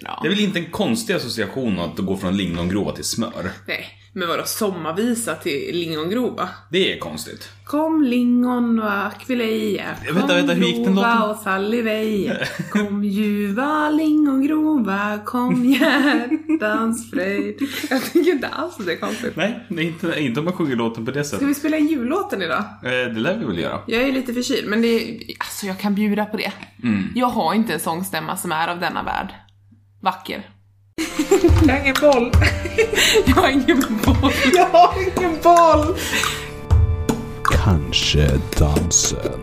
då? Det är väl inte en konstig association att gå från lingongrova till smör. Nej, men vadå sommarvisa till lingongrova? Det är konstigt. Kom lingon och akvileja, kom Vänta, vänta, hur gick den lova låten? och saliveja, kom ljuva lingongrova, kom hjärtans fröjd. Jag tycker inte alls att det är konstigt. Nej, det är inte, inte om man sjunger låten på det Ska sättet. vi spela jullåten idag? Eh, Det lär vi väl göra. Jag är lite förkyld, men det är, alltså jag kan bjuda på det. Jag har inte en sångstämma som är av denna värld. Vacker. Jag har ingen boll. jag har ingen boll. Jag har ingen boll. Kanske dansen.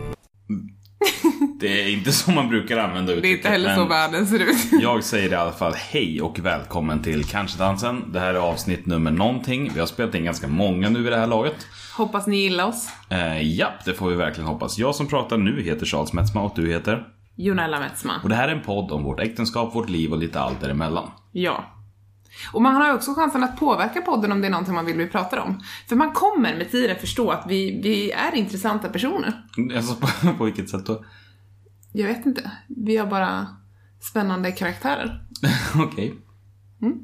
Det är inte som man brukar använda Det är uttrycket. inte heller så men världen ser ut. Jag säger i alla fall hej och välkommen till Kanske dansen. Det här är avsnitt nummer någonting. Vi har spelat in ganska många nu i det här laget. Hoppas ni gillar oss. Eh, japp, det får vi verkligen hoppas. Jag som pratar nu heter Charles Metzma och du heter? Jonella Metsma. Och det här är en podd om vårt äktenskap, vårt liv och lite allt däremellan. Ja. Och man har ju också chansen att påverka podden om det är någonting man vill vi pratar om. För man kommer med tiden förstå att vi, vi är intressanta personer. Alltså på, på vilket sätt då? Jag vet inte. Vi har bara spännande karaktärer. Okej.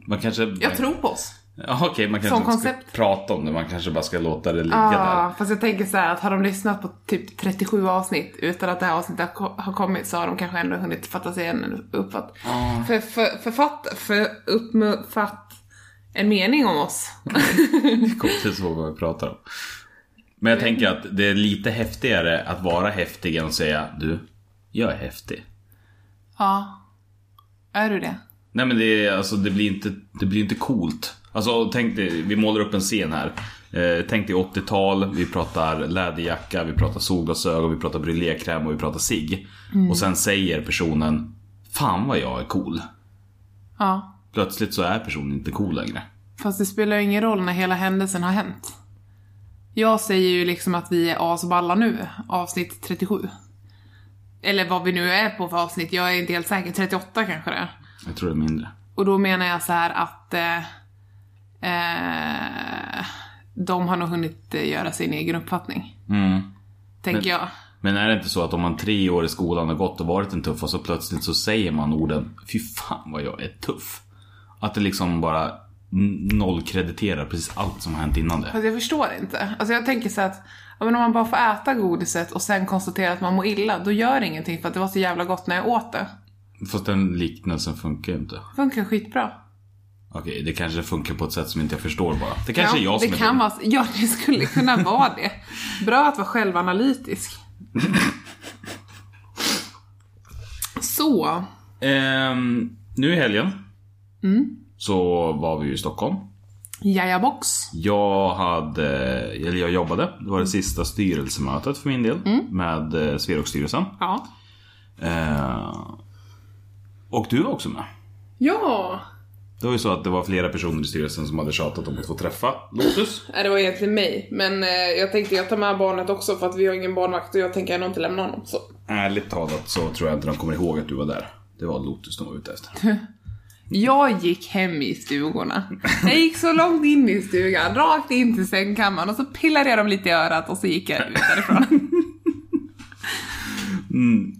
Man kanske... Jag tror på oss. Ja, Okej, man kanske Mm. Som inte koncept. ska prata om det. Man kanske bara ska låta det ligga där. Ah, fast jag tänker så här att har de lyssnat på typ 37 avsnitt utan att det här avsnittet har ko- har kommit så har de kanske ändå hunnit fatta sig en uppfatt... För, för, författ... För uppfatt... En mening om oss. Konstigt så vad vi pratar om. Men jag tänker att det är lite häftigare att vara häftig än att säga du, jag är häftig. ja. Är du det? Nej men det, är, alltså, det, blir, inte, det blir inte coolt. Alltså tänk dig, vi målar upp en scen här. Eh, tänk dig 80-tal, vi pratar läderjacka, vi pratar solglasögon, vi pratar brillékräm och vi pratar cigg. Mm. Och sen säger personen Fan vad jag är cool. Ja. Plötsligt så är personen inte cool längre. Fast det spelar ju ingen roll när hela händelsen har hänt. Jag säger ju liksom att vi är asballa nu, avsnitt 37. Eller vad vi nu är på för avsnitt, jag är inte helt säker. 38 kanske det är. Jag tror det är mindre. Och då menar jag så här att eh, eh, de har nog hunnit eh, göra sin egen uppfattning. Tänker jag. Men är det inte så att om man tre år i skolan har gått och varit en tuff och så plötsligt så säger man orden Fy fan vad jag är tuff. Att det liksom bara n- nollkrediterar precis allt som har hänt innan det. Fast jag förstår inte. Alltså jag tänker så här att ja, men om man bara får äta godiset och sen konstaterar att man mår illa, då gör det ingenting för att det var så jävla gott när jag åt det. Fast den liknelsen funkar ju inte. Det funkar skitbra. Okej, det kanske funkar på ett sätt som inte jag förstår bara. Det kanske är ja, jag som det är kan dum. vara, Ja, det skulle kunna vara det. Bra att vara självanalytisk. så. Ehm, nu i helgen Mm. så var vi ju i Stockholm. Jajabox. Jag hade, eller jag jobbade. Det var det sista styrelsemötet för min del med eh, Sverokstyrelsen. Ja. Eh, och du var också med. Ja. Det var ju så att det var flera personer i styrelsen som hade tjatat om att få träffa Lotus. Nej, Äh, det var egentligen mig. Men eh, jag tänkte jag tar med barnet också för att vi har ingen barnvakt och jag tänker ändå inte lämna honom. Så. Ärligt talat så tror jag inte de kommer ihåg att du var där. Det var Lotus de var ute efter. Jag gick hem i stugorna. Jag gick så långt in i stugan, rakt in till sängkammaren och så pillade jag dem lite i örat och så gick jag ut därifrån.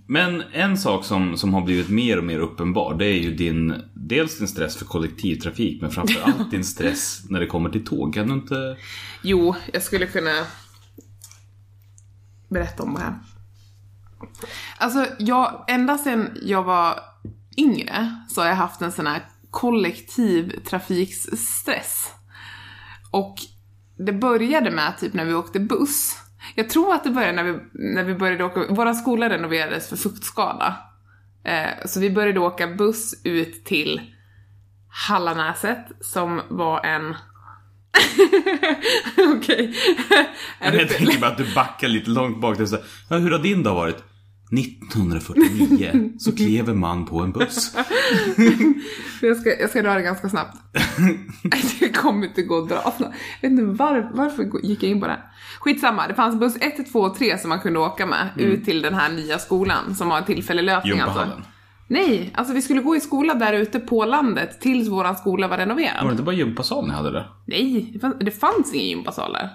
Men en sak som, som har blivit mer och mer uppenbar det är ju din Dels din stress för kollektivtrafik men framförallt din stress när det kommer till tåg. Kan du inte... Jo, jag skulle kunna berätta om det här. Alltså, jag, ända sedan jag var yngre så har jag haft en sån här kollektiv trafikstress. Och det började med typ när vi åkte buss. Jag tror att det började när vi, när vi började åka, vår skola renoverades för fuktskada. Eh, så vi började åka buss ut till Hallanäset som var en... Okej. Är det fel? Jag tänker bara att du backar lite långt bak. Till, så här, ja, hur har din dag varit? 1949 så klev en man på en buss. Jag ska, jag ska dra det ganska snabbt. det kommer inte gå att dra. Jag vet inte var, varför gick jag in på det här. Skitsamma, det fanns buss 1, 2 och 3 som man kunde åka med ut till den här nya skolan som har en tillfällig lösning alltså. Jumpahallen. Nej, alltså vi skulle gå i skola där ute på landet tills våran Mm. skola var renoverad. Var det inte bara gympasal ni hade där? Nej, det fanns, det fanns ingen gympasal där.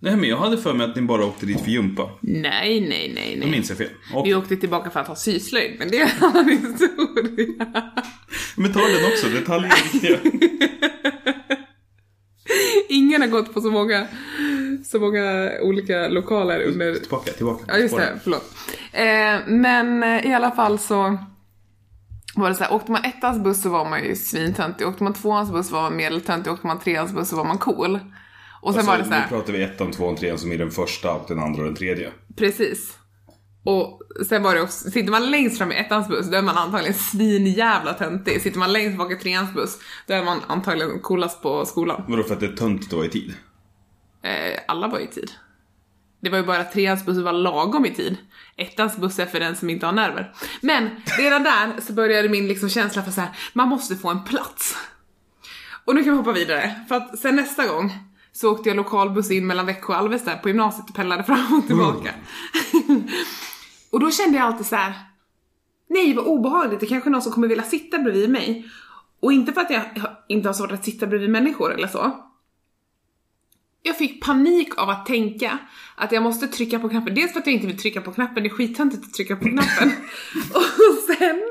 Nej men jag hade för mig att ni bara åkte dit för gympa. Nej, nej, nej, Då nej. minns jag fel. Och, Vi åkte tillbaka för att ha syslöjd, men det är en annan historia. metallen också, detaljer är viktiga. Ingen har gått på så många, så många olika lokaler under... Tillbaka, tillbaka. Ja, just det. Förlåt. Eh, men eh, i alla fall så var det så här, åkte man ettans buss så var man ju svintöntig, åkte man tvåans buss var man medeltöntig, åkte man treans buss så var man cool. Och sen Alltså, var det så här, Nu pratar vi ettan, tvåan, trean som är den första och den andra och den tredje. Precis. Och sen var det också, sitter man längst fram i ettans buss då är man antagligen svinjävla töntig. Sitter man längst bak i treans buss då är man antagligen coolast på skolan. Vadå för att det är töntigt att vara i tid? Eh, alla var i tid. Det var ju bara treans buss som var lagom i tid. Ettans buss är för den som inte har nerver. Men redan där så började min liksom känsla för så här, man måste få en plats. Och nu kan vi hoppa vidare, för att sen nästa gång så åkte jag lokalbuss in mellan Växjö och Alvesta på gymnasiet och pendlade fram och tillbaka. och då kände jag alltid så här. nej vad obehagligt, det kanske är någon som kommer vilja sitta bredvid mig. Och inte för att jag inte har svårt att sitta bredvid människor eller så, jag fick panik av att tänka att jag måste trycka på knappen. Dels för att jag inte vill trycka på knappen, det är skittöntigt att trycka på knappen. och sen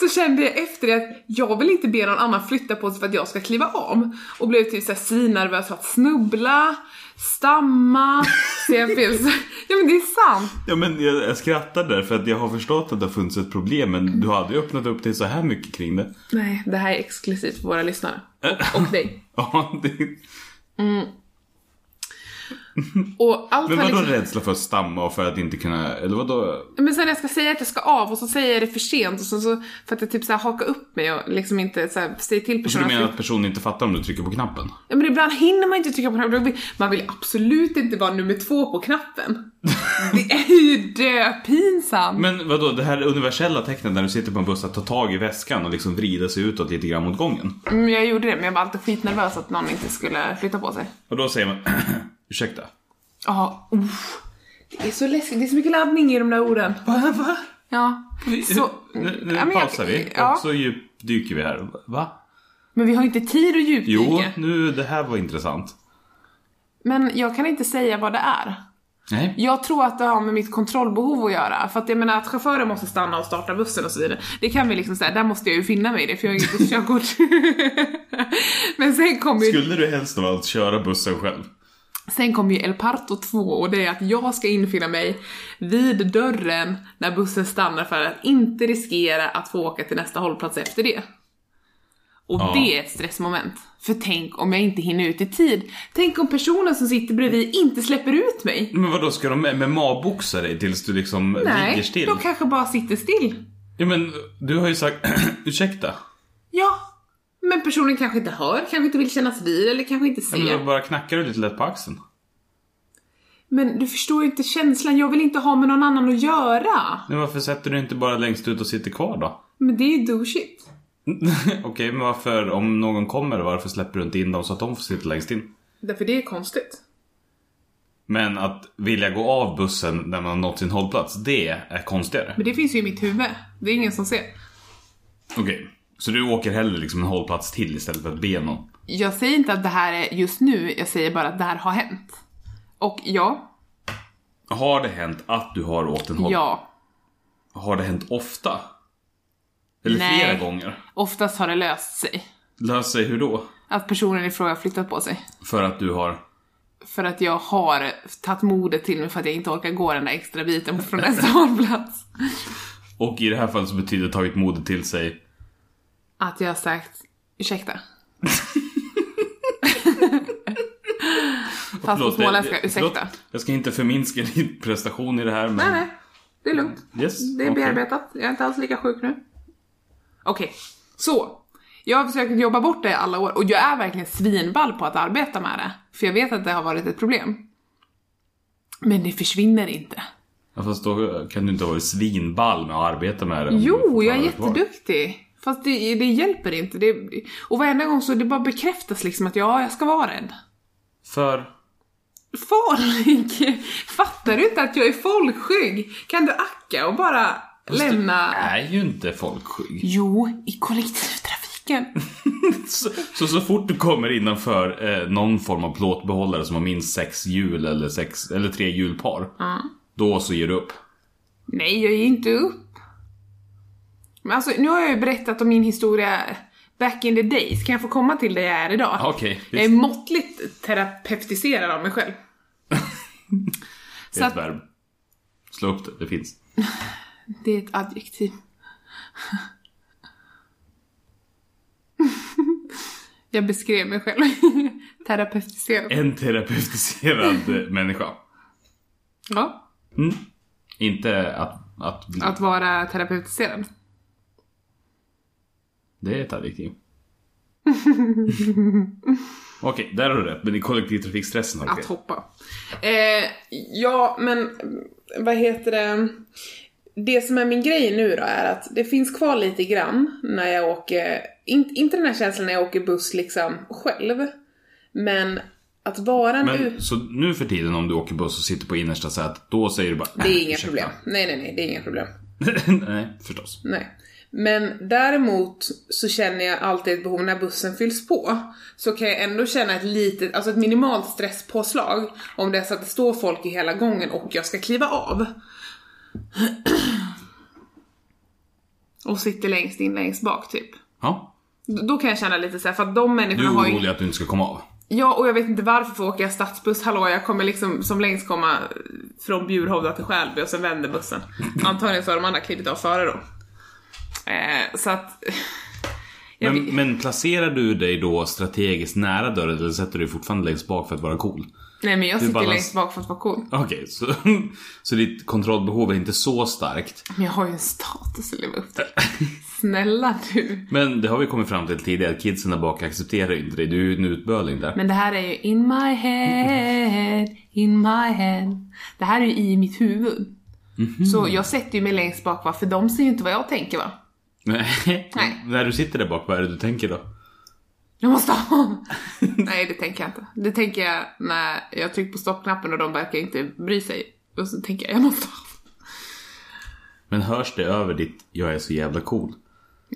så kände jag efter det att jag vill inte be någon annan flytta på sig för att jag ska kliva om. Och blev typ såhär svinnervös för att snubbla, stamma, säga fel Ja men det är sant! Ja men jag, jag skrattar där för att jag har förstått att det har funnits ett problem men du hade ju öppnat upp dig så här mycket kring det. Nej, det här är exklusivt för våra lyssnare. Och, och dig. Ja, det... Och allt Men har vadå liksom... rädsla för att stamma och för att inte kunna, eller vadå? Men sen när jag ska säga att jag ska av och så säger jag det för sent och så, så för att jag typ så här hakar upp mig och liksom inte så här, säger till Så personen du att menar att personen inte fattar om du trycker på knappen? Ja men ibland hinner man inte trycka på knappen. Man vill absolut inte vara nummer två på knappen. Det är ju döpinsamt. Men vadå, det här universella tecknet när du sitter på en buss att ta tag i väskan och liksom vrida sig utåt lite grann mot gången. Mm, jag gjorde det men jag var alltid skitnervös att någon inte skulle flytta på sig. Och då säger man, ursäkta. Ja, uff. Det är så läskigt, det är så mycket laddning i de där orden. Va? va? Ja. Så, Mm, Nu, Ja, nu men jag- pausar vi ja. och så djupdyker vi här. Va? Men vi har ju inte tid att Jo, djupdyka. nu, det här var intressant. Men jag kan inte säga vad det är. Nej. Jag tror att det har med mitt kontrollbehov att göra. För att jag menar att chauffören måste stanna och starta bussen och så vidare. Det kan vi liksom säga, där måste jag ju finna mig i det för jag har inget busskörkort. Men sen kommer ju Skulle du helst av allt köra bussen själv? Sen kom ju El Parto 2 och det är att jag ska infinna mig vid dörren när bussen stannar för att inte riskera att få åka till nästa hållplats efter det. Och Ja. det är ett stressmoment. För tänk om jag inte hinner ut i tid. Tänk om personen som sitter bredvid inte släpper ut mig. Men vadå, ska de MMA-boxa dig tills du liksom ligger Nej, still? de kanske bara sitter still. Ja men, du har ju sagt, ursäkta. Ja, men personen kanske inte hör, kanske inte vill kännas vid eller kanske inte ser. Men då bara knackar du lite lätt på axeln. Men du förstår ju inte känslan, jag vill inte ha med någon annan att göra. Men varför sätter du inte bara längst ut och sitter kvar då? Men det är ju douchigt. Okej, men varför, om någon kommer, varför släpper du inte in dem så att de får sitta längst in? Därför det är konstigt. Men att vilja gå av bussen när man har nått sin hållplats, det är konstigare. Men det finns ju i mitt huvud. Det är ingen som ser. Okej, så du åker hellre liksom en hållplats till istället för att be någon? Jag säger inte att det här är just nu, jag säger bara att det här har hänt. Och ja, Har det hänt att du har åkt en hållplats? ja. Har det hänt ofta? Eller Nej. flera gånger? Oftast har det löst sig. Lös sig hur då? Att personen i fråga har flyttat på sig. För att du har... För att jag har tagit modet till mig för att jag inte orkar gå den där extra biten från nästa hållplats. Och i det här fallet så betyder det tagit modet till sig Att jag har sagt ursäkta. Fast på Förlåt, småländska, det- det- Alltså, ursäkta. förlåt. jag ska inte förminska din prestation i det här men... Nej, nej. Det är lugnt. Yes, Det är okej. bearbetat. Jag är inte alls lika sjuk nu. Okej, så. Jag har försökt jobba bort det i alla år och jag är verkligen svinball på att arbeta med det. För jag vet att det har varit ett problem. Men det försvinner inte. Ja, fast då kan du inte vara svinball med att arbeta med det. om du Jo, fortfarande jag är har det kvar. jätteduktig. Fast det, det hjälper inte. Det, och varenda gång så det bara bekräftas liksom att ja, jag ska vara rädd. För... Folk! Fattar du inte att jag är folkskygg? Kan du acka och bara lämna... Du är ju inte folkskygg. Jo, i kollektivtrafiken. så, så så fort du kommer innanför eh, någon form av plåtbehållare som har minst sex hjul eller, sex, eller tre hjulpar. Då så ger du upp. Nej, jag ger inte upp. Men alltså, nu har jag ju berättat om min historia back in the days. Kan jag få komma till det jag är idag? Okej, jag är visst. måttligt terapeutiserad av mig själv. Det Så är ett att, verb. Slå upp det, det finns. det är ett adjektiv. jag beskrev mig själv. terapeutiserad. En terapeutiserad eh, människa. Ja, Inte att, att bli. att vara terapeutiserad. Det är ett adjektiv. Okej, där har du rätt. Men i kollektivtrafikstressen har du Att fel. hoppa. Eh, ja, men mm, vad heter det? Det som är min grej nu då är att det finns kvar lite grann när jag åker, in, inte den här känslan när jag åker buss liksom själv, men att vara en ut... Men så nu för tiden om du åker buss och sitter på innersta sätet, då säger du bara Det är "Äh, inga ursäkta." problem. Nej, nej, nej, det är inga problem. Nej, förstås. Nej. Men däremot så känner jag alltid ett behov när bussen fylls på. Så kan jag ändå känna ett litet, alltså ett minimalt stresspåslag om det är så att det står folk i hela gången och jag ska kliva av. Och sitter längst in, längst bak typ. Ja. D- Då kan jag känna lite så här, för att de Du människorna är har ju... orolig att du inte ska komma av. Ja, och jag vet inte varför för åker jag stadsbuss, hallå jag kommer liksom som längst komma från Bjurhovda till Skälby och sen vänder bussen. Antagligen så har de andra klivit av före då. Eh, så att... Jag Men, vet- men placerar du dig då strategiskt nära dörren eller sätter du dig fortfarande längst bak för att vara cool? nej men jag sitter balans- längst bak för att vara cool. Okej, så, så ditt kontrollbehov är inte så starkt. Men jag har ju en status att leva upp till. Snälla du. Men det har vi kommit fram till tidigare, kidsen där bak accepterar ju inte dig. Du är ju en utböling där. Men det här är ju in my head, in my head. Det här är ju i mitt huvud. Mhm. Så jag sätter ju mig längst bak va, för de ser ju inte vad jag tänker va. Nej. Nej. När du sitter där bak, vad är det du tänker då? Jag måste av! Nej, det tänker jag inte. Det tänker jag när jag trycker på stoppknappen och de verkar inte bry sig. Och så tänker jag, jag måste av. Men hörs det över ditt “jag är så jävla cool”?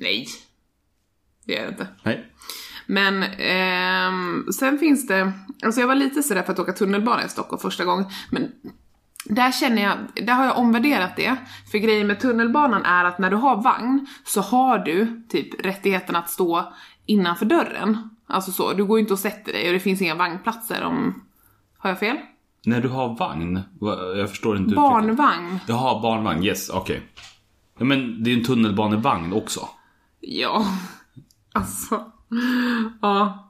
Nej. Det gör jag inte. Nej. Men ehm, sen finns det, alltså jag var lite sådär för att åka tunnelbana i Stockholm första gången, men där känner jag, där har jag omvärderat det. För grejen med tunnelbanan är att när du har vagn så har du typ rättigheten att stå innanför dörren. Alltså så, du går ju inte och sätter dig och det finns inga vagnplatser om, har jag fel? När du har vagn? Va- Jag förstår inte uttrycket. Barnvagn. Jaha, barnvagn. Yes, okej. Ja, men det är ju en tunnelbanevagn också. Ja, alltså. Ja.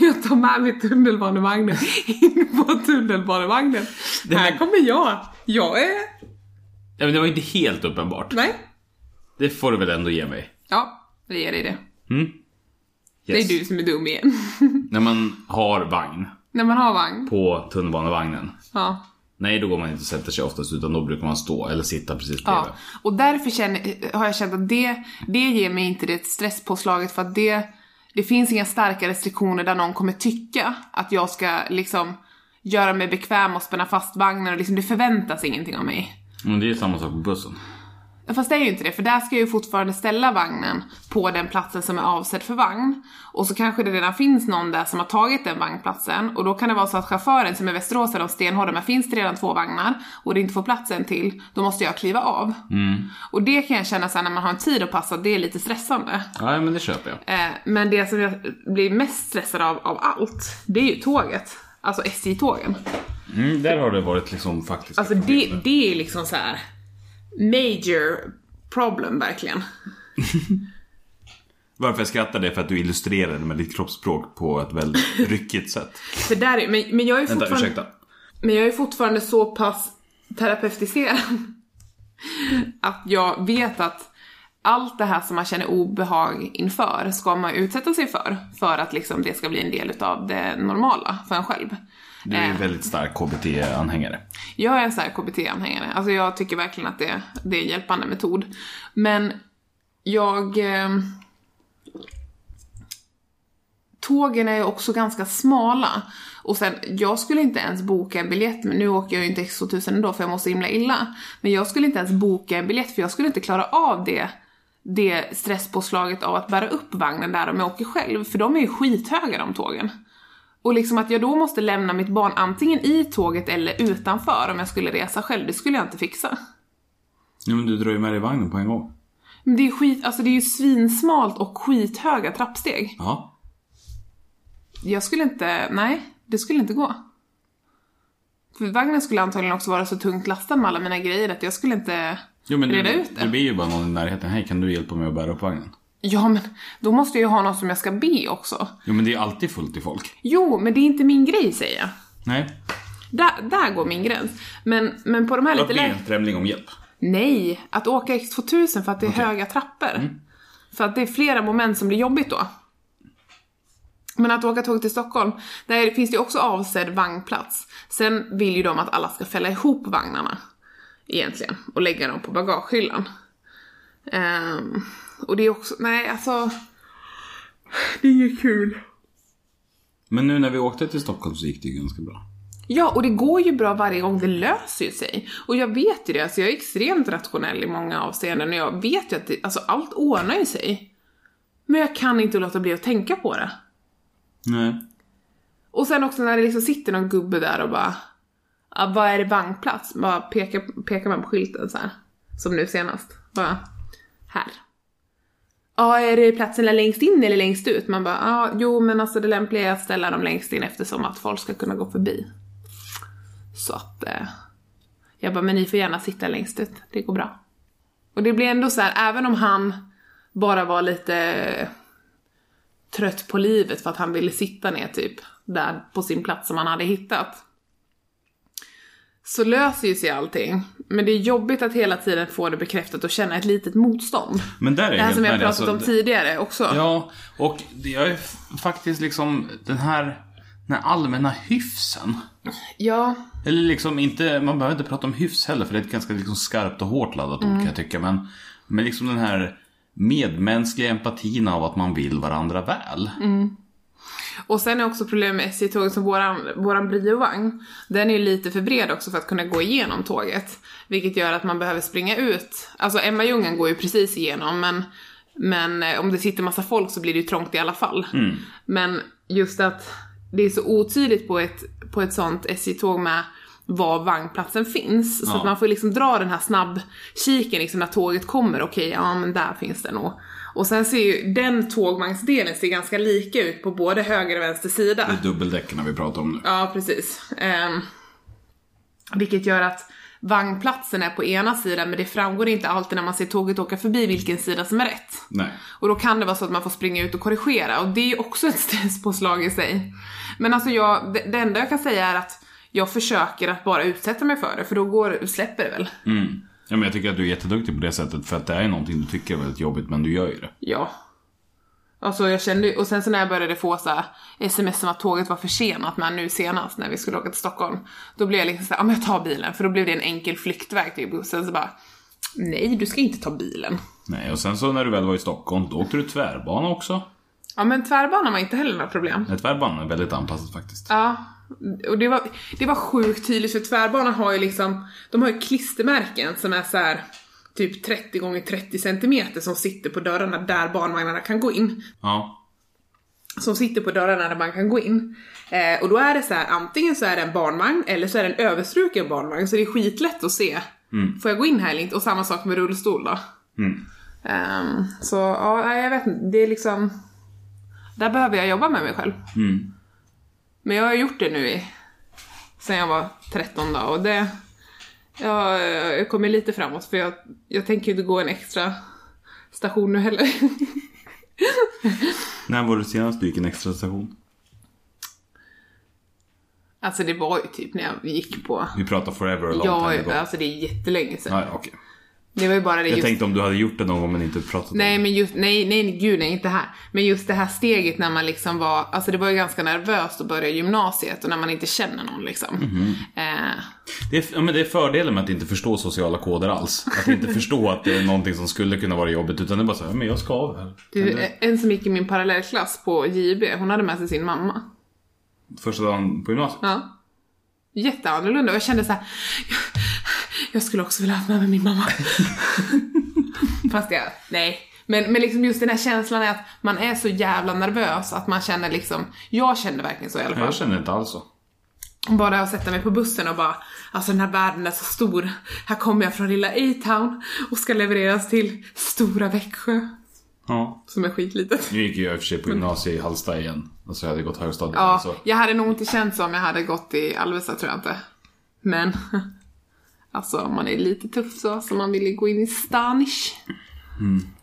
Jag tar med mig tunnelbanevagnen in på tunnelbanevagnen. Det Här men- kommer jag. Jag är... Ja, men det var ju inte helt uppenbart. Nej. Det får du väl ändå ge mig? Ja, det ger dig det. Det Yes. är du som är dum igen. När man har vagn När man har vagn. på tunnelbanevagnen. Ja. Nej, då går man inte och sätter sig oftast utan då brukar man stå eller sitta precis bredvid. ja. Och därför känner, har jag känt att det, det ger mig inte det stresspåslaget för att det, det finns inga starka restriktioner där någon kommer tycka att jag ska liksom göra mig bekväm och spänna fast vagnen och liksom det förväntas ingenting av mig. Men det är ju samma sak på bussen. Ja, Fast det är ju inte det, för där ska jag ju fortfarande ställa vagnen på den platsen som är avsedd för vagn. Och så kanske det redan finns någon där som har tagit den vagnplatsen. Och då kan det vara så att chauffören som är i Västerås eller Stenholm, där finns det redan två vagnar och det inte får plats en till, då måste jag kliva av. Och det kan jag känna sen när man har en tid att passa, det är lite stressande. Ja, men det köper jag. Eh, men det som jag blir mest stressad av, av allt, det är ju tåget. Alltså SJ-tågen. Mm, där har det varit liksom faktiskt. Alltså det, det är liksom så här major problem verkligen. Varför jag skrattar det är för att du illustrerar det med ditt kroppsspråk på ett väldigt ryckigt sätt. För där, är- men, men, jag är Vänta, fortfarande, ursäkta. men jag är fortfarande så pass terapeutiserad att jag vet att allt det här som man känner obehag inför ska man utsätta sig för, för att liksom det ska bli en del utav det normala för en själv. Du är ju Eh. väldigt stark KBT-anhängare. Jag är en sån här KBT-anhängare, alltså jag tycker verkligen att det, det är en hjälpande metod. Men jag... Eh, tågen är ju också ganska smala. Och sen, jag skulle inte ens boka en biljett, men nu åker jag ju inte X2000 ändå för jag mår så himla illa. Men jag skulle inte ens boka en biljett för jag skulle inte klara av det. det stresspåslaget av att bära upp vagnen där om jag åker själv, för de är ju skithöga de tågen. Och liksom att jag då måste lämna mitt barn antingen i tåget eller utanför om jag skulle resa själv, det skulle jag inte fixa. Jo men du drar ju med dig vagnen på en gång. Men det är skit, alltså det är ju svinsmalt och skithöga trappsteg. Ja. Jag skulle inte, nej, det skulle inte gå. För vagnen skulle antagligen också vara så tungt lastad med alla mina grejer att jag skulle inte Jo men reda du, ut det. du ber ju bara någon i närheten. Hej kan du hjälpa mig att bära upp vagnen? Ja, men då måste jag ju ha någon som jag ska be också. Jo men det är alltid fullt i folk. Jo, men det är inte min grej säger jag. Nej. Där, där går min gräns. Men, men på de här Att lite be lägre... en främling om hjälp. Nej, att åka X2000 för att det är höga trappor. För att det är flera moment som blir jobbigt då. Men att åka tåg till Stockholm, där finns det ju också avsedd vagnplats. Sen vill ju de att alla ska fälla ihop vagnarna. Egentligen. Och lägga dem på bagagehyllan. Ehm, och det är också, nej alltså. Det är ju kul. Men nu när vi åkte till Stockholm så gick det ju ganska bra. Ja, och det går ju bra varje gång, det löser ju sig. Och jag vet ju det, alltså jag är extremt rationell i många avseenden och jag vet ju att det, alltså allt ordnar ju sig. Men jag kan inte låta bli att tänka på det. Nej. Och sen också när det liksom sitter någon gubbe där och bara, ah, vad är det vagnplats? Bara pekar, pekar man på skylten så här. Som nu senast. Bara, här. Ja, är det platsen där längst in eller längst ut? Man bara, ja, ah, jo men alltså det lämpliga är att ställa dem längst in eftersom att folk ska kunna gå förbi. Så att, eh, jag bara, men ni får gärna sitta längst ut, det går bra. Och det blir ändå så här, även om han bara var lite trött på livet för att han ville sitta ner typ där på sin plats som han hade hittat. Så löser ju sig allting. Men det är jobbigt att hela tiden få det bekräftat och känna ett litet motstånd. Men där är Det här helt som jag med dig, pratat alltså, om det- tidigare också. Ja, och det- jag är f- faktiskt liksom den här, den här allmänna hyfsen. Ja, Eller liksom inte, man behöver inte prata om hyfs heller för det är ett ganska liksom skarpt och hårt laddat ord kan Mm. jag tycka. Men, men liksom den här medmänskliga empatin av att man vill varandra väl. Mm. Och sen är också problemet med SJ-tåget som våran, våran briovagn, den är ju lite för bred också för att kunna gå igenom tåget. Vilket gör att man behöver springa ut. Alltså Emma Ljungen går ju precis igenom men, men eh, om det sitter massa folk så blir det ju trångt i alla fall. Men just att det är så otydligt på ett, på ett sånt SJ-tåg med var vagnplatsen finns. Så Ja. att man får liksom dra den här snabbkiken liksom när tåget kommer. Okej, ja men där finns det nog. Och sen ser ju den tågvagnsdelen ser ganska lika ut på både höger och vänster sida. Det är dubbeldäcken vi pratar om nu. Ja, precis. Ehm, vilket gör att vagnplatsen är på ena sidan men det framgår inte alltid när man ser tåget åka förbi vilken sida som är rätt. Nej. Och då kan det vara så att man får springa ut och korrigera och det är ju också ett stresspåslag i sig. Men alltså jag, det, det enda jag kan säga är att jag försöker att bara utsätta mig för det för då går, släpper det väl. Mm. Ja, men jag tycker att du är jätteduktig på det sättet för att det är någonting du tycker är väldigt jobbigt men du gör ju det. Ja. Alltså jag kände ju- och sen så när jag började få så här sms om att tåget var försenat men nu senast när vi skulle åka till Stockholm. Då blev jag liksom såhär, ja men jag tar bilen för då blev det en enkel flyktväg till bussen så bara, nej du ska inte ta bilen. Nej, och sen så när du väl var i Stockholm då åkte du tvärbana också. Ja men tvärbanan var inte heller några problem. Nej, Tvärbanan är väldigt anpassad faktiskt. Ja, och det var, det var sjukt tydligt för tvärbanan har ju liksom, de har ju klistermärken som är så här typ 30 gånger 30 centimeter som sitter på dörrarna där barnvagnarna kan gå in. Ja. som sitter på dörrarna där man kan gå in. Eh, och då är det så här, antingen så är det en barnvagn eller så är det en överstruken barnvagn så det är skitlätt att se. Får jag gå in här eller inte? Och samma sak med rullstol då. Mm. Ehm, så ja, nej, jag vet inte, det är liksom... Där behöver jag jobba med mig själv. Mm. Men jag har gjort det nu i... Sen jag var 13 då och det... Jag, jag kommer lite framåt för jag, jag tänker ju inte gå en extra station nu heller. När var det senast du gick en extra station? alltså det var ju typ när jag gick på Vi pratar forever a long Ja, time ago. alltså det är jättelänge sedan. Nej, okej. Det var ju bara det Jag just... tänkte om du hade gjort det någon gång men inte pratat Nej, om men just, nej, nej, gud nej, inte här. Men just det här steget när man liksom var, alltså det var ju ganska nervöst att börja gymnasiet och när man inte känner någon liksom. Mhm. Eh, det. Är, ja, men det är fördelen med att inte förstå sociala koder alls. Att inte förstå att det är någonting som skulle kunna vara jobbigt utan det är bara så här, men jag ska av här. du, eh, en som gick i min parallellklass på JB, hon hade med sig sin mamma. Första dagen på gymnasiet. Ja. Jätteannorlunda och jag kände så här. Jag, jag skulle också vilja ha haft med mig min mamma. Fast jag, nej. Men, men liksom just den här känslan är att man är så jävla nervös att man känner liksom, jag känner verkligen så i alla fall. Jag känner inte alls så. Bara att sätta mig på bussen och bara, alltså den här världen är så stor. Här kommer jag från lilla A-town och ska levereras till stora Växjö. Ja. Som är skitlitet. Nu gick jag i och för sig på gymnasiet i Hallsta igen. Alltså jag hade gått högstadiet. alltså, Ja, så. jag hade nog inte känt så om jag hade gått i Alvesta tror jag inte. Men, alltså man är lite tuff så, så man vill ju gå in i Stanish.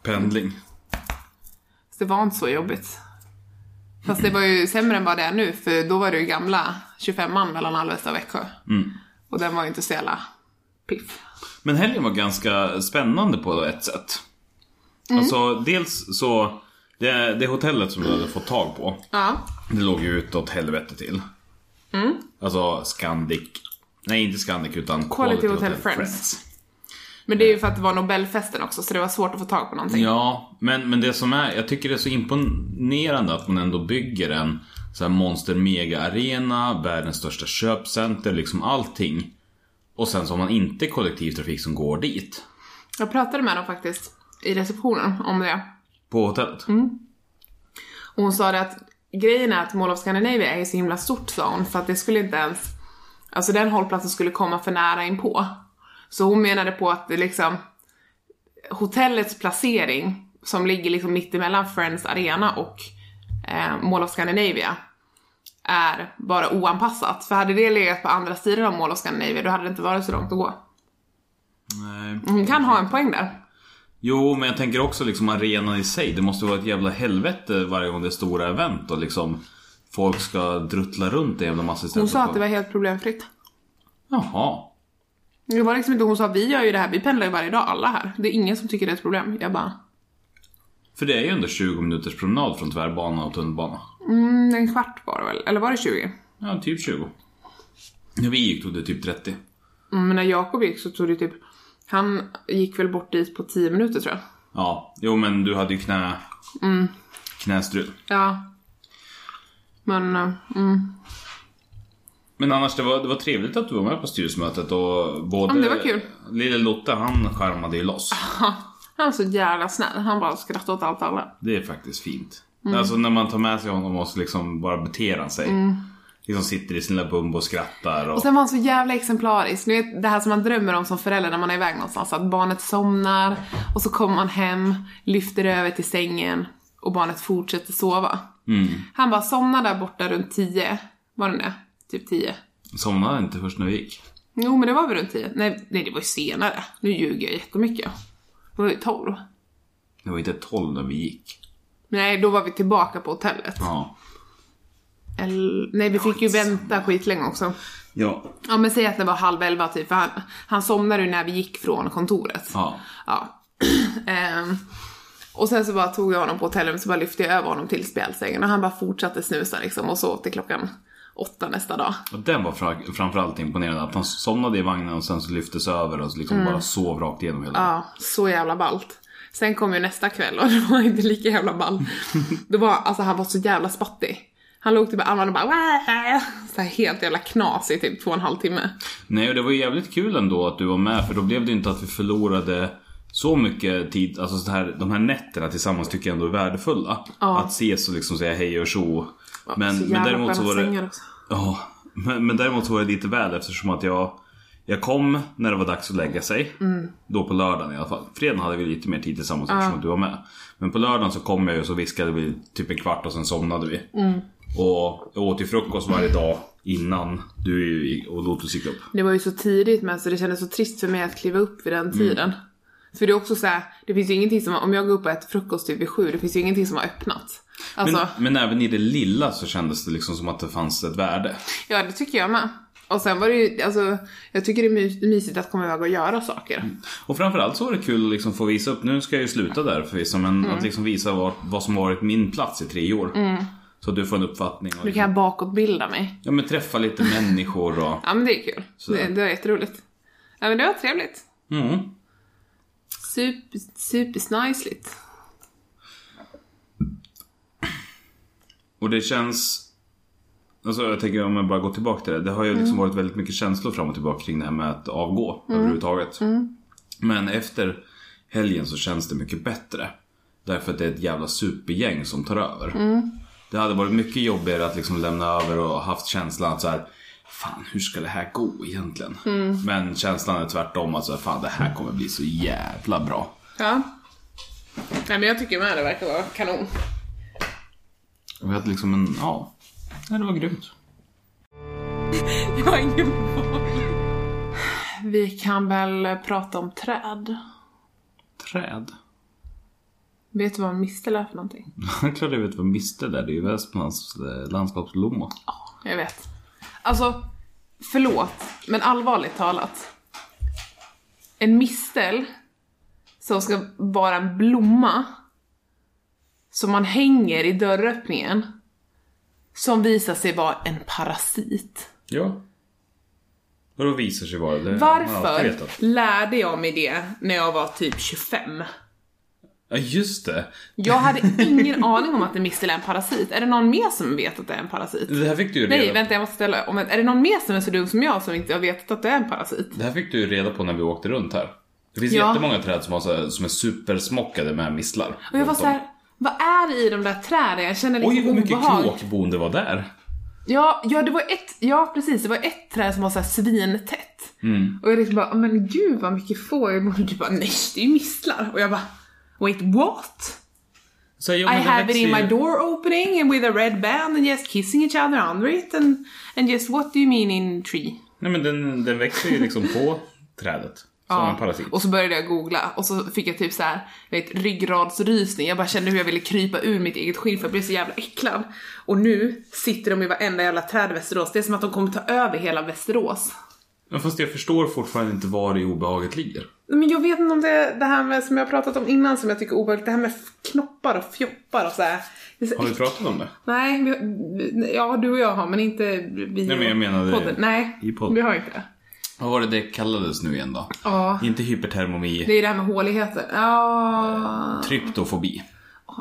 Pendling. Så det var inte så jobbigt. Fast det var ju sämre än vad det är nu, för då var det ju gamla 25an mellan Alvesta och Växjö. Och den var ju inte så jävla piff. Men helgen var ganska spännande på ett sätt. Mm. Alltså dels så, det, det hotellet som du hade fått tag på. Ja. Det låg ju utåt helvete till. Mm. Alltså Scandic. Nej inte Scandic utan Quality Hotel Friends. Men det är ju för att det var Nobelfesten också, så det var svårt att få tag på någonting. Ja, men, men det som är, jag tycker det är så imponerande att man ändå bygger en så här monster mega arena, världens största köpcenter, liksom allting. Och sen så har man inte kollektivtrafik som går dit. Jag pratade med dem faktiskt i receptionen om det. På hotellet. Mm. Och hon sa det att grejen är att Mall of Scandinavia är ju så himla stort sa hon, för att det skulle inte ens, alltså den hållplatsen skulle komma för nära inpå. Så hon menade på att det liksom, hotellets placering som ligger liksom mitt emellan Friends Arena och eh, Mall of Scandinavia är bara oanpassat. För hade det legat på andra sidan av Mall of Scandinavia då hade det inte varit så långt att gå. Nej. Hon kan ha en poäng där. Jo, men jag tänker också liksom arenan i sig. Det måste vara ett jävla helvete varje gång det är stora event och liksom folk ska druttla runt en jävla massa istället Hon sa för- att det var helt problemfritt. Jaha. Det var liksom inte hon sa, vi gör ju det här, vi pendlar ju varje dag, alla här. Det är ingen som tycker det är ett problem. Jag bara, För det är ju ändå 20 minuters promenad från tvärbana och tunnelbana. mm, en kvart var det väl? Eller var det 20? Ja, typ 20. När vi gick tog det typ 30. Mm, men när Jakob gick så tog det typ, han gick väl bort dit på 10 minuter tror jag. Ja, jo men du hade ju knä... Mm. Knästrul. Ja. Men, eh, mm. Men annars, det var, det var trevligt att du var med på styrelsemötet och Ja, både... men det var kul. Ah. Lille Lotta, han skärmade ju loss. han är så jävla snäll. Han bara skrattar åt allt och alla. Det är faktiskt fint. Mm. Alltså när man tar med sig honom och så liksom bara beter han sig. Liksom sitter i sin lilla bumbo och skrattar. Och, Och sen var han så jävla exemplarisk. Ni vet det här som man drömmer om som förälder när man är iväg någonstans. Att barnet somnar och så kommer man hem, lyfter över till sängen och barnet fortsätter sova. Mm. Han bara somnar där borta runt 10. Var det det? Typ 10. Somnade inte först när vi gick. Jo men det var väl runt 10? Nej, nej det var ju senare. Nu ljuger jag jättemycket. Det var ju 12. Det var inte 12 när vi gick. Nej, då var vi tillbaka på hotellet. Ja. Eller, nej, vi fick ju vänta skitlänge också. Ja. Ja men säg att det var halv elva typ, för han, han somnade ju när vi gick från kontoret. ja. Ja. Ehm, och sen så bara tog jag honom på hotellrummet så bara lyfte jag över honom till spjälsängen och han bara fortsatte snusa liksom och sov till klockan åtta nästa dag. Och den var fra- framförallt imponerande. Att han somnade i vagnen och sen så lyftes över och så liksom bara sov rakt igenom hela. Mm. Ja, så jävla ballt. Sen kom ju nästa kväll och det var inte lika jävla ball. Det var, alltså han var så jävla spattig. Han låg typ med armarna och bara "Wah!" så här helt jävla knas i typ två och en halv timme. Nej och det var ju jävligt kul ändå att du var med för då blev det ju inte att vi förlorade så mycket tid, alltså så här, de här nätterna tillsammans tycker jag ändå är värdefulla. Att ses och liksom säga hej och tjo. så Men, men jävla däremot så sköna var det... sängar också. Ja, men, men däremot så var det lite väl eftersom att jag Jag kom när det var dags att lägga sig. Mm. Då på lördagen i alla fall. Fredagen hade vi lite mer tid tillsammans eftersom du var med. Men på lördagen så kom jag ju och så viskade vi typ en kvart och sen somnade vi. Mm. Och jag åt ju frukost varje dag innan du gick- och Lotus gick upp. Det var ju så tidigt med så det kändes så trist för mig att kliva upp vid den tiden. För det är också så här, det finns ju ingenting som, om jag går upp och äter frukost typ vid sju, det finns ju ingenting som har öppnat. Men, Alltså, men även i det lilla så kändes det liksom som att det fanns ett värde. ja det tycker jag med. Och sen var det ju, alltså, jag tycker det är mys- mysigt att komma iväg och göra saker. Och framförallt så var det kul att liksom få visa upp, nu ska jag ju sluta där förvisso, men Mm. att liksom visa vad, vad som varit min plats i tre år. Så att du får en uppfattning. Och Nu Mm. kan jag bakåtbilda mig. Ja men träffa lite människor och... Ja men det är kul. Det, det var jätteroligt. Ja men det var trevligt. Mm. Super, supersnajsligt. Och det känns... Alltså jag tänker om jag bara går tillbaka till det. Det har ju liksom varit väldigt mycket känslor fram och tillbaka kring det här med att avgå överhuvudtaget. Men efter helgen så känns det mycket bättre. Därför att det är ett jävla supergäng som tar över. Det hade varit mycket jobbigare att liksom lämna över och haft känslan att så här, Fan hur ska det här gå egentligen? Men känslan är tvärtom att så här, fan det här kommer bli så jävla bra. Ja. Nej men jag tycker med det verkar vara kanon. Vi hade liksom en, ja. Nej, det var grymt. Jag har ingen Vi kan väl prata om träd. Träd. Vet du vad mistel är för någonting? Jag klart jag vet vad Miste där, det är ju Västmanlands eh, landskapsblomma. Jag vet. Alltså, förlåt, men allvarligt talat. En mistel som ska vara en blomma som man hänger i dörröppningen som visar sig vara en parasit. Ja. Vadå visar sig vara? Det har man alltid Varför vetat. lärde jag mig det när jag var typ 25? Ja just det. Jag hade ingen aning om att en mistel är en parasit. Är det någon mer som vet att det är en parasit? Det här fick du ju Nej, reda på. vänta jag måste ställa om. Är det någon mer som är så dum som jag som inte har vetat att det är en parasit? Det här fick du ju reda på när vi åkte runt här. Det finns Ja. jättemånga träd som, har så här, som är supersmockade med misslar. Och jag var så här, vad är det i de där träden? Jag känner liksom Oj vad mycket obehag. kråkbon det var där. Ja, ja, det var ett, ja precis, det var ett träd som var så här svintätt. Mm. Och jag liksom bara, men gud vad mycket fågel. Och du bara, nej det är ju misslar. Och jag bara, wait what? Så här, jo, I men det have it växer in my ju- door opening and with a red band and just kissing each other under it and, and just what do you mean in tree? Nej men den, den växer ju liksom på trädet. Som Ja. en parasit. Och så började jag googla och så fick jag typ så här, jag vet, ryggradsrysning. Jag bara kände hur jag ville krypa ur mitt eget skinn för jag blev så jävla äcklad. Och nu sitter de i varenda jävla träd i Västerås. Det är som att de kommer ta över hela Västerås. Men fast jag förstår fortfarande inte var i obehaget ligger. Men jag vet inte om det det här med, som jag har pratat om innan som jag tycker är obehagligt. Det här med f- knoppar och fjoppar och så här. Det är så Har vi äck- pratat om det? Nej, vi, ja du och jag har men inte vi Nej, men jag menade- podden. Nej, i podden. vi har inte. Vad var det det kallades nu igen då? Ja, Inte hypertermomi, det är det här med håligheter. Ja, tryptofobi.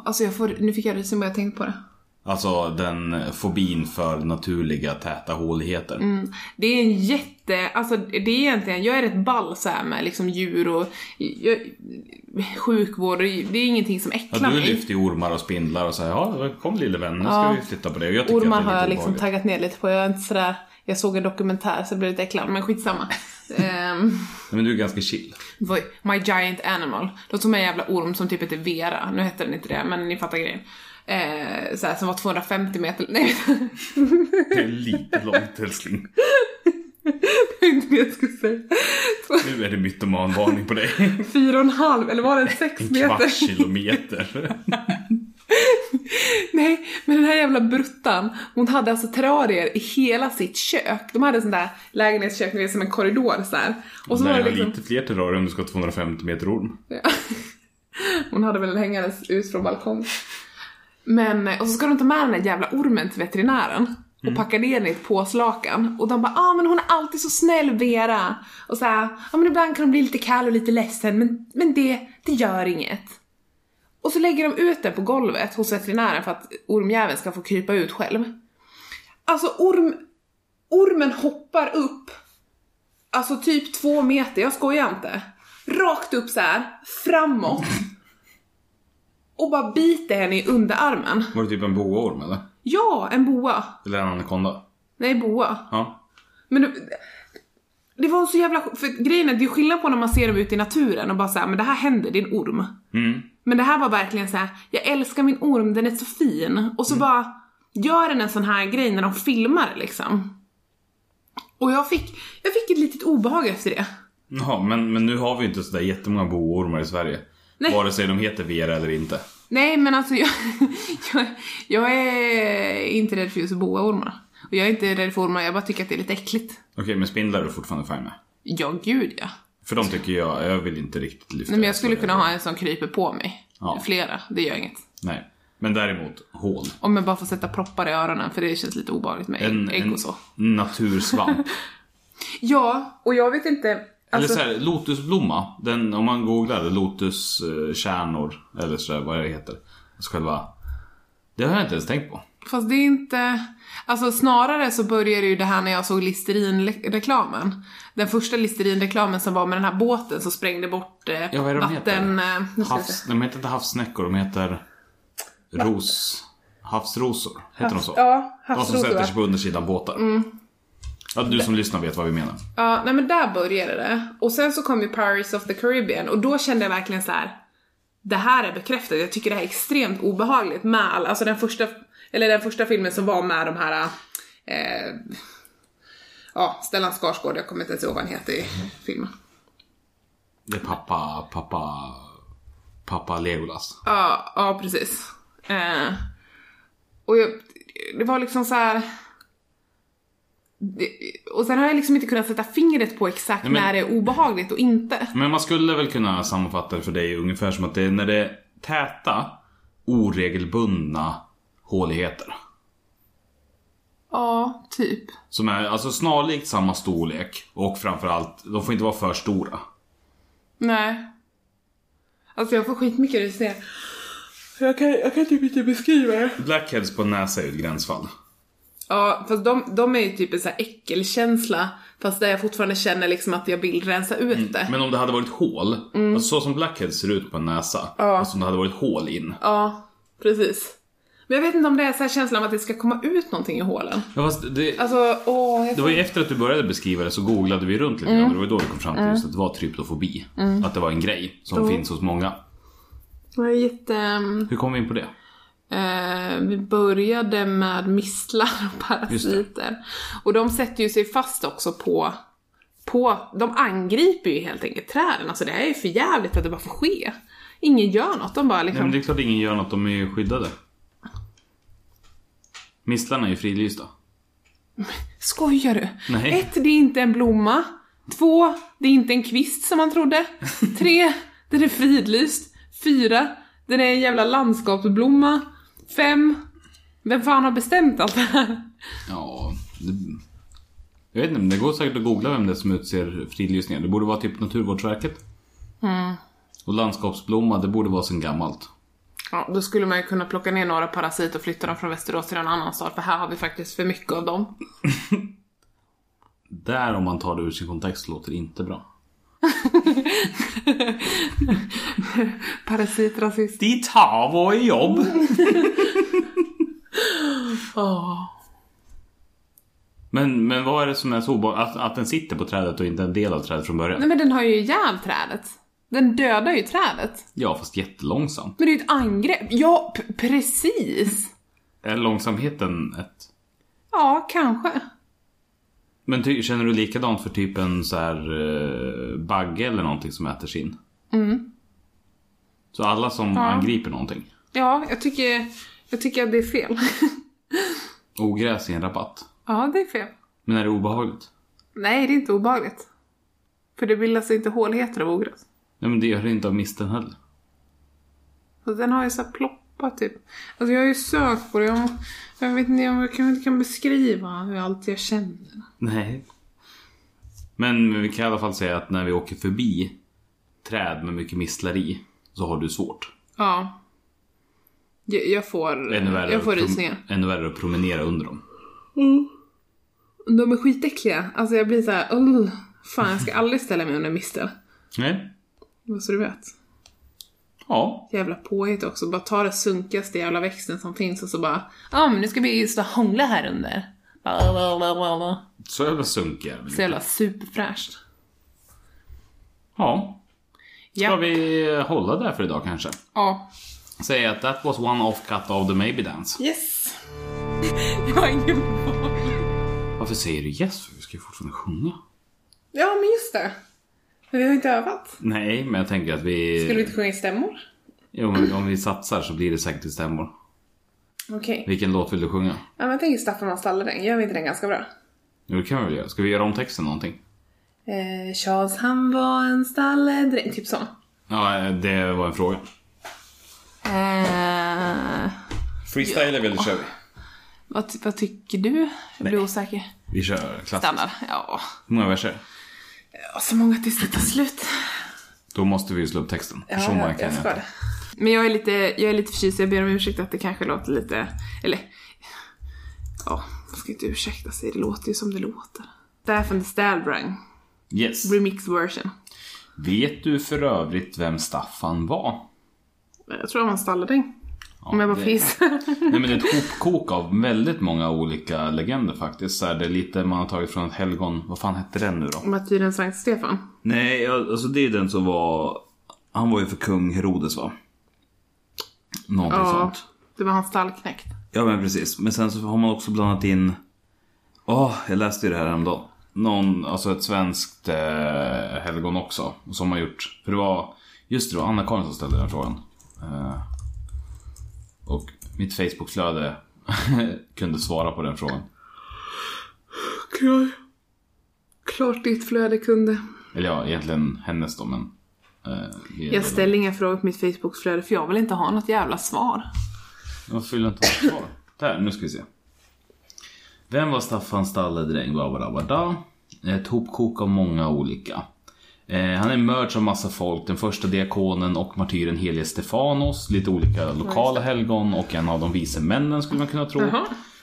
alltså jag får, nu fick jag rysning bara jag tänkte på det. Alltså den fobin för naturliga täta håligheter. Mm. Det är en jätte, alltså det är egentligen, jag är rätt ball så här med liksom djur och jag, sjukvård, det är ingenting som Ja, äcklar du mig. lyfter ju ormar och spindlar och säger ja kom lille vän, nu ska Ja. vi flytta på det. Och jag tycker Ormar att det är har lite jag liksom obehagligt. taggat ner lite på, jag är inte sådär, jag såg en dokumentär så jag blev lite äcklad, men skitsamma. um, Men du är ganska chill. My Giant Animal, då tog man en jävla orm som typ heter Vera, nu heter den inte det, men ni fattar grejen. Eh, såhär, som var 250 meter, nej Det är lite långt hälsling. jag vet inte vad jag skulle säga. Nu är det mytomanvarning på dig. Fyra och en halv, eller var den sex meter? Kvarts kilometer. Nej, men den här jävla bruttan, hon hade alltså terrarier i hela sitt kök. De hade sån där lägenhetskök, ni vet som en korridor så här. Och så var Nej, det jag har liksom... lite fler terrarier om du ska ha 250 meter orm. Ja. Hon hade väl den hängandes ut från balkongen. Men, eh, och så ska de ta med den där jävla ormen till veterinären och packa ner den i ett påslakan. Och de bara ah men hon är alltid så snäll Vera. Och så här, ah, men ibland kan hon bli lite kall och lite ledsen men, men det, det gör inget. Och så lägger de ut den på golvet hos veterinären för att ormjäveln ska få krypa ut själv. Alltså orm, ormen hoppar upp, alltså typ två meter, jag skojar inte. Rakt upp så här, framåt. Och bara biter henne i underarmen. Var det typ en boaorm eller? Ja, en boa. Eller en anakonda? Nej, boa. Ja. Men det, det var så jävla... För grejen är, det är skillnad på när man ser dem ute i naturen och bara så här, men det här händer, det är en orm. Mm. Men det här var verkligen så här: jag älskar min orm, den är så fin. Och så bara gör den en sån här grej när de filmar liksom. Och jag fick, jag fick ett litet obehag efter det. Ja, men, men nu har vi ju inte sådär jättemånga boormar i Sverige. Nej. Vare sig de heter Vera eller inte. Nej men alltså jag, jag, jag är inte rädd för just boaormar. Och jag är inte rädd för ormar, jag bara tycker att det är lite äckligt. Okej, men spindlar är du fortfarande fine med? Ja gud ja. För de tycker jag, jag vill inte riktigt lyfta. Nej men jag skulle kunna ha en som kryper på mig. Ja. Flera, det gör inget. Nej. Men däremot hål. Om jag bara får sätta proppar i öronen för det känns lite obehagligt med En, ägg en och så. natursvamp. Ja, och jag vet inte. eller Alltså, så här, lotusblomma. Den, om man googlar lotuskärnor eller sådär, vad det heter. Alltså själva Det har jag inte ens tänkt på. Fast det är inte... Alltså snarare så började ju det här när jag såg Listerin-reklamen. Den första Listerin-reklamen som var med den här båten som sprängde bort eh, Ja, vad är det de vatten... eh, nu ska vi se. Havs, de heter inte havsnäckor, de heter ros... Havsrosor, heter de så? Ja, de som havsrosor. sätter sig va? Mm. på undersidan båtar. Ja, du som lyssnar vet vad vi menar. Ja, nej men där började det. Och sen så kom ju Pirates of the Caribbean och då kände jag verkligen så här. Det här är bekräftat, jag tycker det här är extremt obehagligt med all, alltså den första, eller den första filmen som var med de här, eh, ja, Stellan Skarsgård, jag kommer inte ens ihåg vad han heter i filmen. Det är pappa, pappa, pappa Legolas. Ja, ja precis. Eh, och jag, det var liksom så här. Det, och sen har jag liksom inte kunnat sätta fingret på exakt Nej, men- när det är obehagligt och inte. Men man skulle väl kunna sammanfatta det för dig ungefär som att det är när det är täta, oregelbundna håligheter. Ja, typ. Som är alltså snarlikt samma storlek och framförallt, de får inte vara för stora. Nej. Alltså jag får skitmycket rysningar. Jag kan, jag kan typ inte beskriva det. Blackheads på näsa är ju ett gränsfall. Ja, fast de, de är ju typ en sån här äckelkänsla. Fast där jag fortfarande känner liksom att jag vill rensa ut det. Men om det hade varit hål, alltså så som blackheads ser ut på en näsa, alltså om det hade varit hål in. Ja, precis. Men jag vet inte om det är så här känslan av att det ska komma ut någonting i hålen. Ja, fast det, Alltså, åh. det Jag... var ju efter att du började beskriva det så googlade vi runt lite grann och det var ju då vi kom fram till just att det var tryptofobi. Att det var en grej som Mm. finns hos många. Det var jätte... ehm, Hur kom vi in på det? Eh, vi började med misslar och parasiter. Och de sätter ju sig fast också på... på de angriper ju helt enkelt träden. Alltså det här är ju för jävligt att det bara får ske. Ingen gör något, de bara Nej, liksom... men det är klart ingen gör något, de är ju skyddade. Misslarna är ju fridlysta. Skojar du? Nej. Ett, det är inte en blomma. Två, det är inte en kvist som man trodde. Tre, den är fridlyst. Fyra, den är en jävla landskapsblomma. Fem, vem fan har bestämt allt det här? Ja, det... Jag vet inte, men det går säkert att googla vem det är som utser fridlysningar. Det borde vara typ Naturvårdsverket. Och landskapsblomma, det borde vara sen gammalt. Ja, då skulle man ju kunna plocka ner några parasiter och flytta dem från Västerås till en annan stad, för här har vi faktiskt för mycket av dem. Där, om man tar det ur sin kontext, låter det inte bra. Parasitrasist. Ditt hav och jobb! Åh. Men, men vad är det som är så obehagligt? Att, att den sitter på trädet och inte är en del av trädet från början? Nej men den har ju ihjäl trädet. Den dödar ju trädet. Ja, fast jättelångsamt. Men det är ju ett angrepp. Ja, p- precis. Är långsamheten ett... Ja, kanske. Men ty, känner du likadant för typ en så här eh, bagge eller någonting som äter sin? Mm. Så alla som angriper någonting? Ja, jag tycker, jag tycker att det är fel. Ogräs i en rabatt? ja, det är fel. Men är det obehagligt? Nej, det är inte obehagligt. För det bildas inte håligheter av ogräs. Nej men det gör det inte av misten heller. Så den har ju så här ploppat typ. Alltså jag har ju sökt på det. Jag, jag vet inte, jag kan, inte kan beskriva hur allt jag känner. Nej. Men vi kan i alla fall säga att när vi åker förbi träd med mycket mistlar i så har du svårt. Ja. Jag, jag får, Ännu värre, jag får att prom- rysningar. ännu värre att promenera under dem. De är skitäckliga. Alltså jag blir så här, "Ugh, fan jag ska aldrig ställa mig under mistel. Nej. Vad så du vet. Ja. jävla påhitt också. Bara ta det sunkigaste jävla växten som finns och så bara Ja men nu ska vi stå och hångla här under. Blablabla. Så jävla sunkig är vi. Så jävla superfräscht. Ja. Ska Ja. vi hålla där för idag kanske? ja. Säga att that was one off cut of the maybe dance. Yes! Jag har ingen Varför säger du yes? För vi ska ju fortfarande sjunga. Ja men just det. Men vi har inte övat. Nej, men jag tänker att vi... Skulle vi inte sjunga i stämmor? Jo, men om vi satsar så blir det säkert i stämmor. Okej. Vilken låt vill du sjunga? Ja men jag tänker Staffan van Stalledräng. Gör vi inte den ganska bra? Jo, det kan vi väl göra. Ska vi göra om texten någonting? Eh, Charles han var en stalledräng. Typ så. Ja, det var en fråga. Eh, Freestyler vill kör vi. vad, ty- vad tycker du? Jag blir osäker. Vi kör klassiskt. Standard. Ja. Hur många verser? Ja, Så många tills det tar slut. Då måste vi ju slå upp texten. för så många kan jag inte. Men jag är lite, jag är lite förtjust, jag ber om ursäkt att det kanske låter lite, eller ja, man ska inte ursäkta sig, det låter ju som det låter. Staffan the Stalbrang, Yes. remix version. Vet du för övrigt vem Staffan var? Jag tror det var en stalladäng. Ja, Om jag bara det- får gissa. Nej men det är ett hopkok av väldigt många olika legender faktiskt. Så här, det är lite man har tagit från ett helgon. Vad fan hette den nu då? Martyren Sankt Stefan. Nej, ja, alltså det är den som var... Han var ju för kung Herodes va? Någonting Ja, sånt. det var hans stallknäckt. Ja men precis. Men sen så har man också blandat in... Åh, jag läste ju det här häromdagen. Någon, alltså ett svenskt eh, helgon också. Som har gjort... För det var... Just det, det var Anna-Karin som ställde den frågan. Eh, och mitt Facebookflöde kunde svara på den frågan. Klar. Klart ditt flöde kunde. Eller ja, egentligen hennes då men... Eh, det är- Jag ställer inga frågor på mitt Facebook-flöde för jag vill inte ha något jävla svar. Varför fyller inte hon kvar? Där, nu ska vi se. Vem var Staffan Stalledräng? Blablabla. Eh, Ett hopkok av många olika. Eh, han är mörd som massa folk. Den första diakonen och martyren helige Stefanos. Lite olika lokala helgon och en av de vise männen skulle man kunna tro.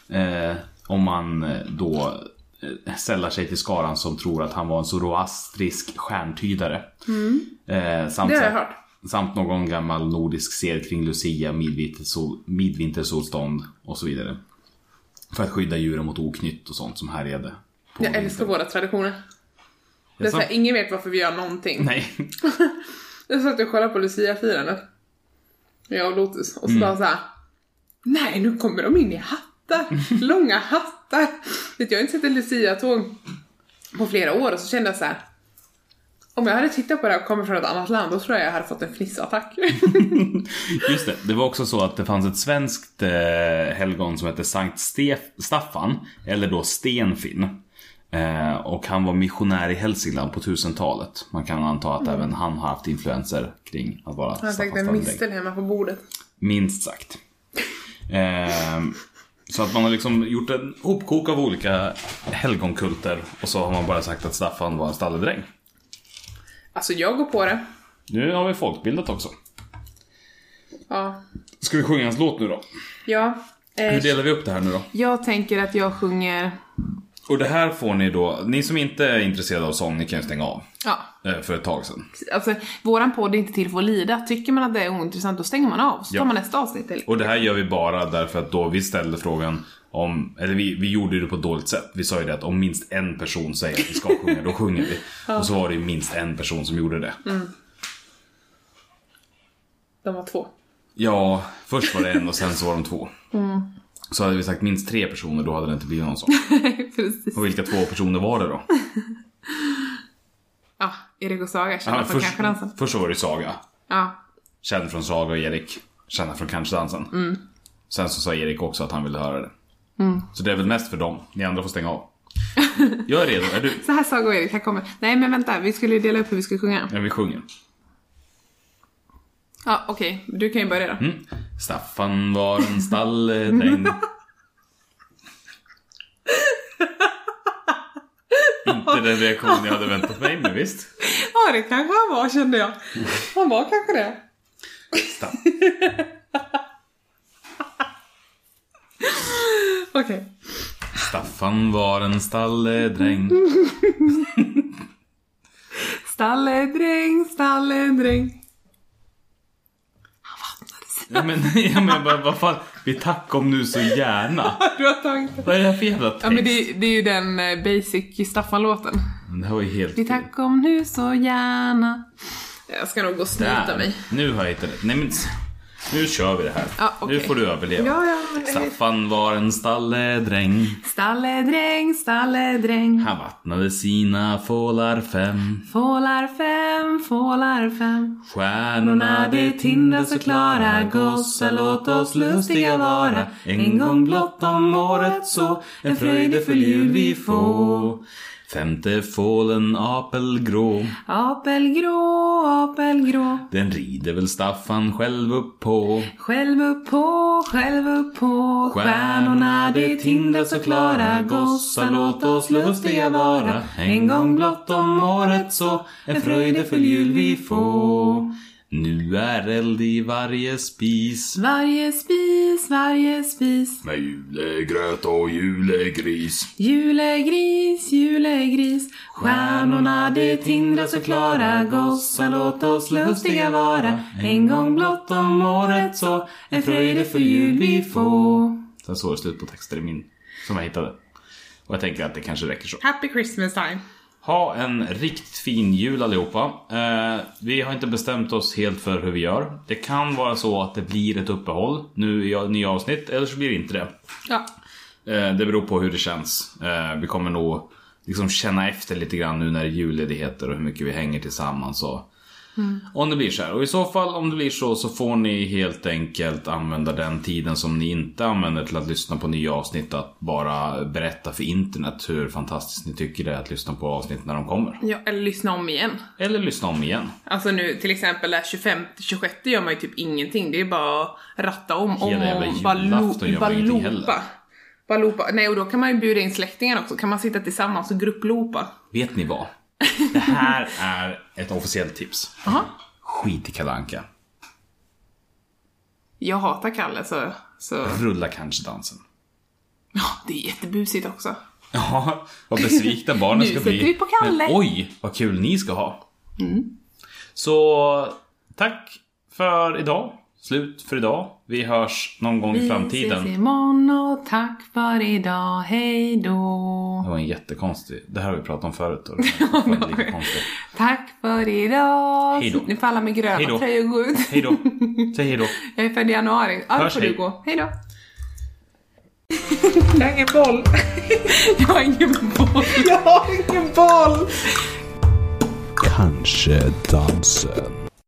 Jaha. Eh, om man eh, då eh, sällar sig till skaran som tror att han var en zoroastrisk stjärntydare. Eh, samt, Mm. Det har jag hört. samt någon gammal nordisk sed kring Lucia, midvintersol, midvintersolstånd och så vidare. För att skydda djuren mot oknytt och sånt som härjade. Jag på vintern. älskar våra traditioner. Det är Jaså? såhär, ingen vet varför vi gör någonting. Nej. Jag satt och kollade på Lucia-firandet. Jag och Lotus. Och så bara såhär. Nej, nu kommer de in i hattar. Långa hattar. Vet, jag har inte sett ett Lucia-tåg på flera år och så kände jag så här. Om jag hade tittat på det här och kommit från ett annat land då tror jag jag hade fått en fnissattack. Just det, det var också så att det fanns ett svenskt eh, helgon som hette Sankt Stef- Staffan, eller då Stenfinn. Eh, och han var missionär i Hälsingland på 1000-talet. Man kan anta att även han har haft influenser kring att vara Mm. Han har säkert en Staffan Stalledräng. mistel hemma på bordet. Minst sagt. Ehm, så att man har liksom gjort en hopkok av olika helgonkulter och så har man bara sagt att Staffan var en stalledräng. Alltså jag går på det. Nu har vi folkbildat också. Ja. Ska vi sjunga hans låt nu då? Ja. Hur Eh, delar vi upp det här nu då? jag tänker att jag sjunger... Och det här får ni då, ni som inte är intresserade av sång, ni kan ju stänga av. Ja, eh, För ett tag sedan. Alltså, våran podd är inte till för att lida. Tycker man att det är ointressant, då stänger man av. Så tar Ja. man nästa avsnitt. Eller? Och det här gör vi bara därför att då vi ställde frågan om, eller vi, vi gjorde det på ett dåligt sätt. Vi sa ju det att om minst en person säger att vi ska sjunga, då sjunger vi. Och så var det ju minst en person som gjorde det. De var två. Ja, först var det en och sen så var de två. Så hade vi sagt minst tre personer, då hade det inte blivit någon sån. Precis. Och vilka två personer var det då? Ja, Erik och Saga känner Ja, från först, kanske dansen. först så var det Saga, Ja. känd från Saga och Erik, kända från kanske dansen. Mm. Sen så sa Erik också att han ville höra det. Så det är väl mest för dem, ni andra får stänga av. Jag är redo, är du? Så här Saga och Erik, här kommer. Nej men vänta, vi skulle ju dela upp hur vi skulle sjunga. Ja, vi sjunger. Ja, okej. Du kan ju börja då. Mm. Staffan var en stalledräng. Inte den reaktion jag hade väntat mig, men visst. Ja, det kanske han var kände jag. Han var kanske det. Staff- Okej. Staffan var en stalledräng. Stalledräng, stalledräng. Ja, men, ja, men vad, vad fan, vi tackar om nu så gärna. Du har tagit det. Vad är det här för jävla text? Ja men det, det är ju den eh, basic Staffan-låten. det här var ju helt... Vi tackar om nu så gärna. Jag ska nog gå och snyta Där. mig. Nu har jag hittat det. Nej men, nu kör vi det här. Ja, okej. Nu får du överleva. Ja, ja, men- Staffan var en stalledräng. Stalledräng, stalledräng. Han vattnade sina fålar fem. Fålar fem, fålar fem. Stjärnorna de tindra så klara Gossar låt oss lustiga vara En gång blott om året så En fröjdefull jul vi får Femte fålen apelgrå Apelgrå, apelgrå. Den rider väl Staffan själv upp på Själv upp på, själv upp på. Stjärnorna de tindra så klara Gossar låt oss lustiga vara En gång blott om året så En fröjdefull jul vi får Nu är eld i varje spis. Varje spis, varje spis. Med julegröt och julegris. Julegris, julegris. Stjärnorna de tindrar så klara. Gossar låt oss lustiga vara. En gång blott om året så. En fröjd för jul vi får. Sen så var det slut på texter i min. Som jag hittade. Och jag tänker att det kanske räcker så. Happy Christmas time. Ha en riktigt fin jul allihopa. Eh, vi har inte bestämt oss helt för hur vi gör. Det kan vara så att det blir ett uppehåll nu i nya avsnitt, eller så blir det inte det. Ja. Eh, det beror på hur det känns. Eh, vi kommer nog liksom känna efter lite grann nu när det är julledigheter och hur mycket vi hänger tillsammans. Och, Om det blir så här. Och i så fall om det blir så så får ni helt enkelt använda den tiden som ni inte använder till att lyssna på nya avsnitt. Att bara berätta för internet hur fantastiskt ni tycker det är att lyssna på avsnitt när de kommer. ja. Eller lyssna om igen. Eller lyssna om igen. Alltså nu till exempel där 25 26 gör man ju typ ingenting. Det är bara att ratta om om Hela och jävla bara lo- julafton gör man bara ingenting loopa. heller. Bara loopa. Nej och då kan man ju bjuda in släktingar också. Kan man sitta tillsammans och grupploopa? Vet ni vad? Det här är ett officiellt tips. Jaha. Skit i kalanka. Jag hatar Kalle så... så. Rulla kanske dansen. Ja, det är jättebusigt också. Ja, vad besvikna barnen Nu ska sätter bli. vi på Kalle. Mm. Men, oj, vad kul ni ska ha. Så tack för idag. Slut för idag. Vi hörs någon gång i framtiden. Vi ses imorgon och tack för idag, hej då. Det var en jättekonstig. Det här har vi pratat om förut. Och det var fortfarande lika konstigt. Tack för idag. Hej då. Nu får alla med Hej gröna då. tröjor gå ut. Hej då. Säg hej då. Jag är född i januari. Ja, då Hörs, får du hej. gå. Hej då. Jag har ingen boll. Jag har ingen boll. Jag har ingen boll. Kanske dansen.